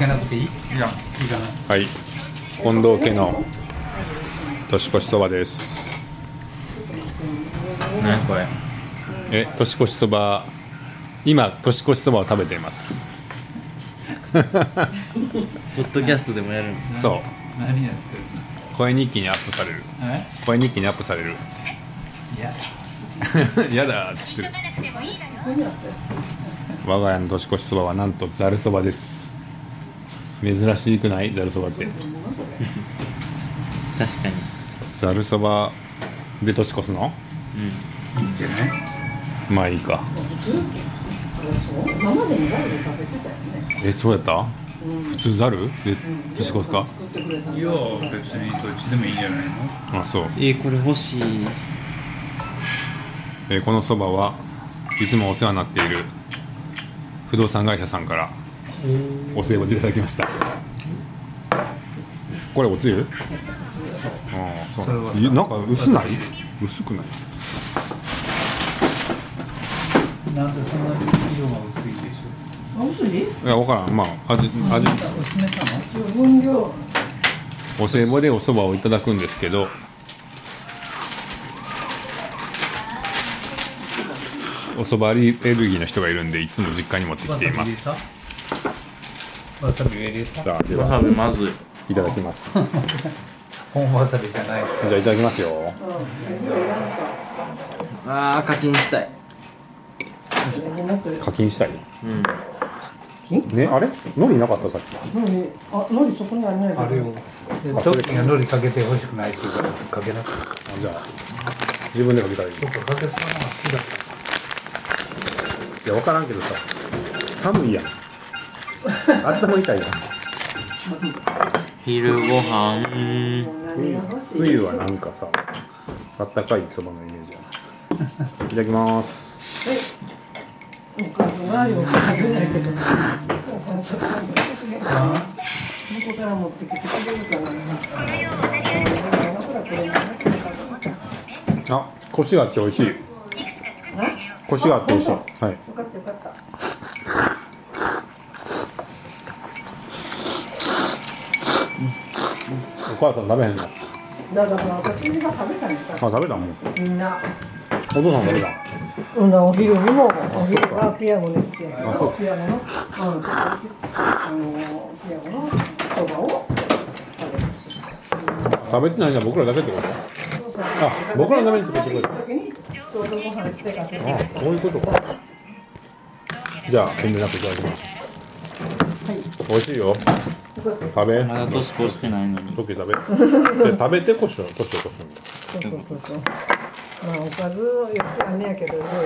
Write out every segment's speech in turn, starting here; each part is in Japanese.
えなくていいいいやいかなはい近藤家の年越しそばですねこれえ年越しそば今年越しそばを食べていますポッドキャストでもやるのそ何やってるう声日記にアップされるのえ声日記にアップされる いややだーっつっ急てるがなくてもいいのよ。我が家の年越しそばはなんとざるそばです珍しくないざるそばって確かにざるそばで年越すのいいんじゃないまあいいか今までにガルで食べてたよね。えそうやった普通ざるで年越すか作ってくれたいや別にどっちでもいいんじゃないのあそうえーこれ欲しいえーこのそばはいつもお世話になっている不動産会社さんからお世話でいただきましたこれおつゆああそうなんだそれはさいなんか薄ない薄くないなんでそんなに色が薄いでしょお薬いや分からんまあ味味う薄めたの十分量。お歳暮でおそばをいただくんですけどおそばアレルギーの人がいるんでいつも実家に持ってきていますわさび入れたさあでわはさびまずいいただきますじ本わさびじゃないゃあいただきますよあー課金したい課金したいうんねあれ海苔なかったさっきのり、あ、のりそこにあるね。あれをでトッキーが海苔かけてほしくないっていうからかけなくてじゃあ自分でかけたらいいい僕はかけそうなのが好きだったや分からんけどさ寒いやんあったまりたいやん昼ご飯何が欲しい。冬はなんかさあったかいそばのイメージやないただきますおかずはよく食べないけど。ここから持ってきてくれるからな。あコシがあって美味しいコシがあって美味しいはいよかったよかった。お母さん食べへんのあだから私が食べたんだから。食べたもんみんな。お父さん食べたうん、お昼にも、お昼がピアゴに行って、ピアそゴうの、うん、あの、ピアゴのそばを食べます。食べてないのは僕らだけってことあ僕らのために作ってくれた時にちょうどご飯してかけて。あそういうことかじゃあ遠慮なくいただきます美味しいよ食べまだ年越してないのに時食べで食べてこしょこしょこしょみたいそうそうそうそう。まあおかずはよくあんねやけどいろいろと。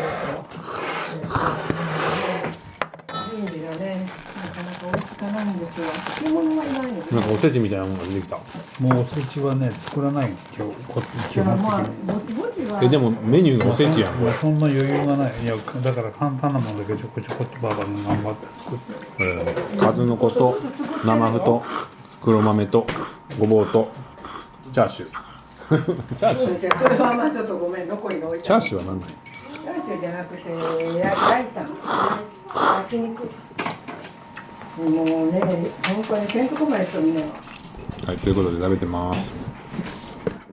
準備がね、なかなか追いつかないんですよ。漬物はいないので。ななんかおせちみたいなものが出てきたもうおせちはね作らない今日こ基だから本まあ的にぼちぼちは。えでもメニューがおせちやんこもれうそんな余裕がないいやだから簡単なものだけちょこちょこっとばばに頑張って作ってえー数の子と生麩と黒豆とごぼうとチャーシューチャーシそューうですよ。それはまあちょっとごめん残りが置いてチャあーる。シューは何なのチャーシューじゃなくて焼いたの。焼き肉。もうね、本当に全国まで人みんなが。はいということで食べてます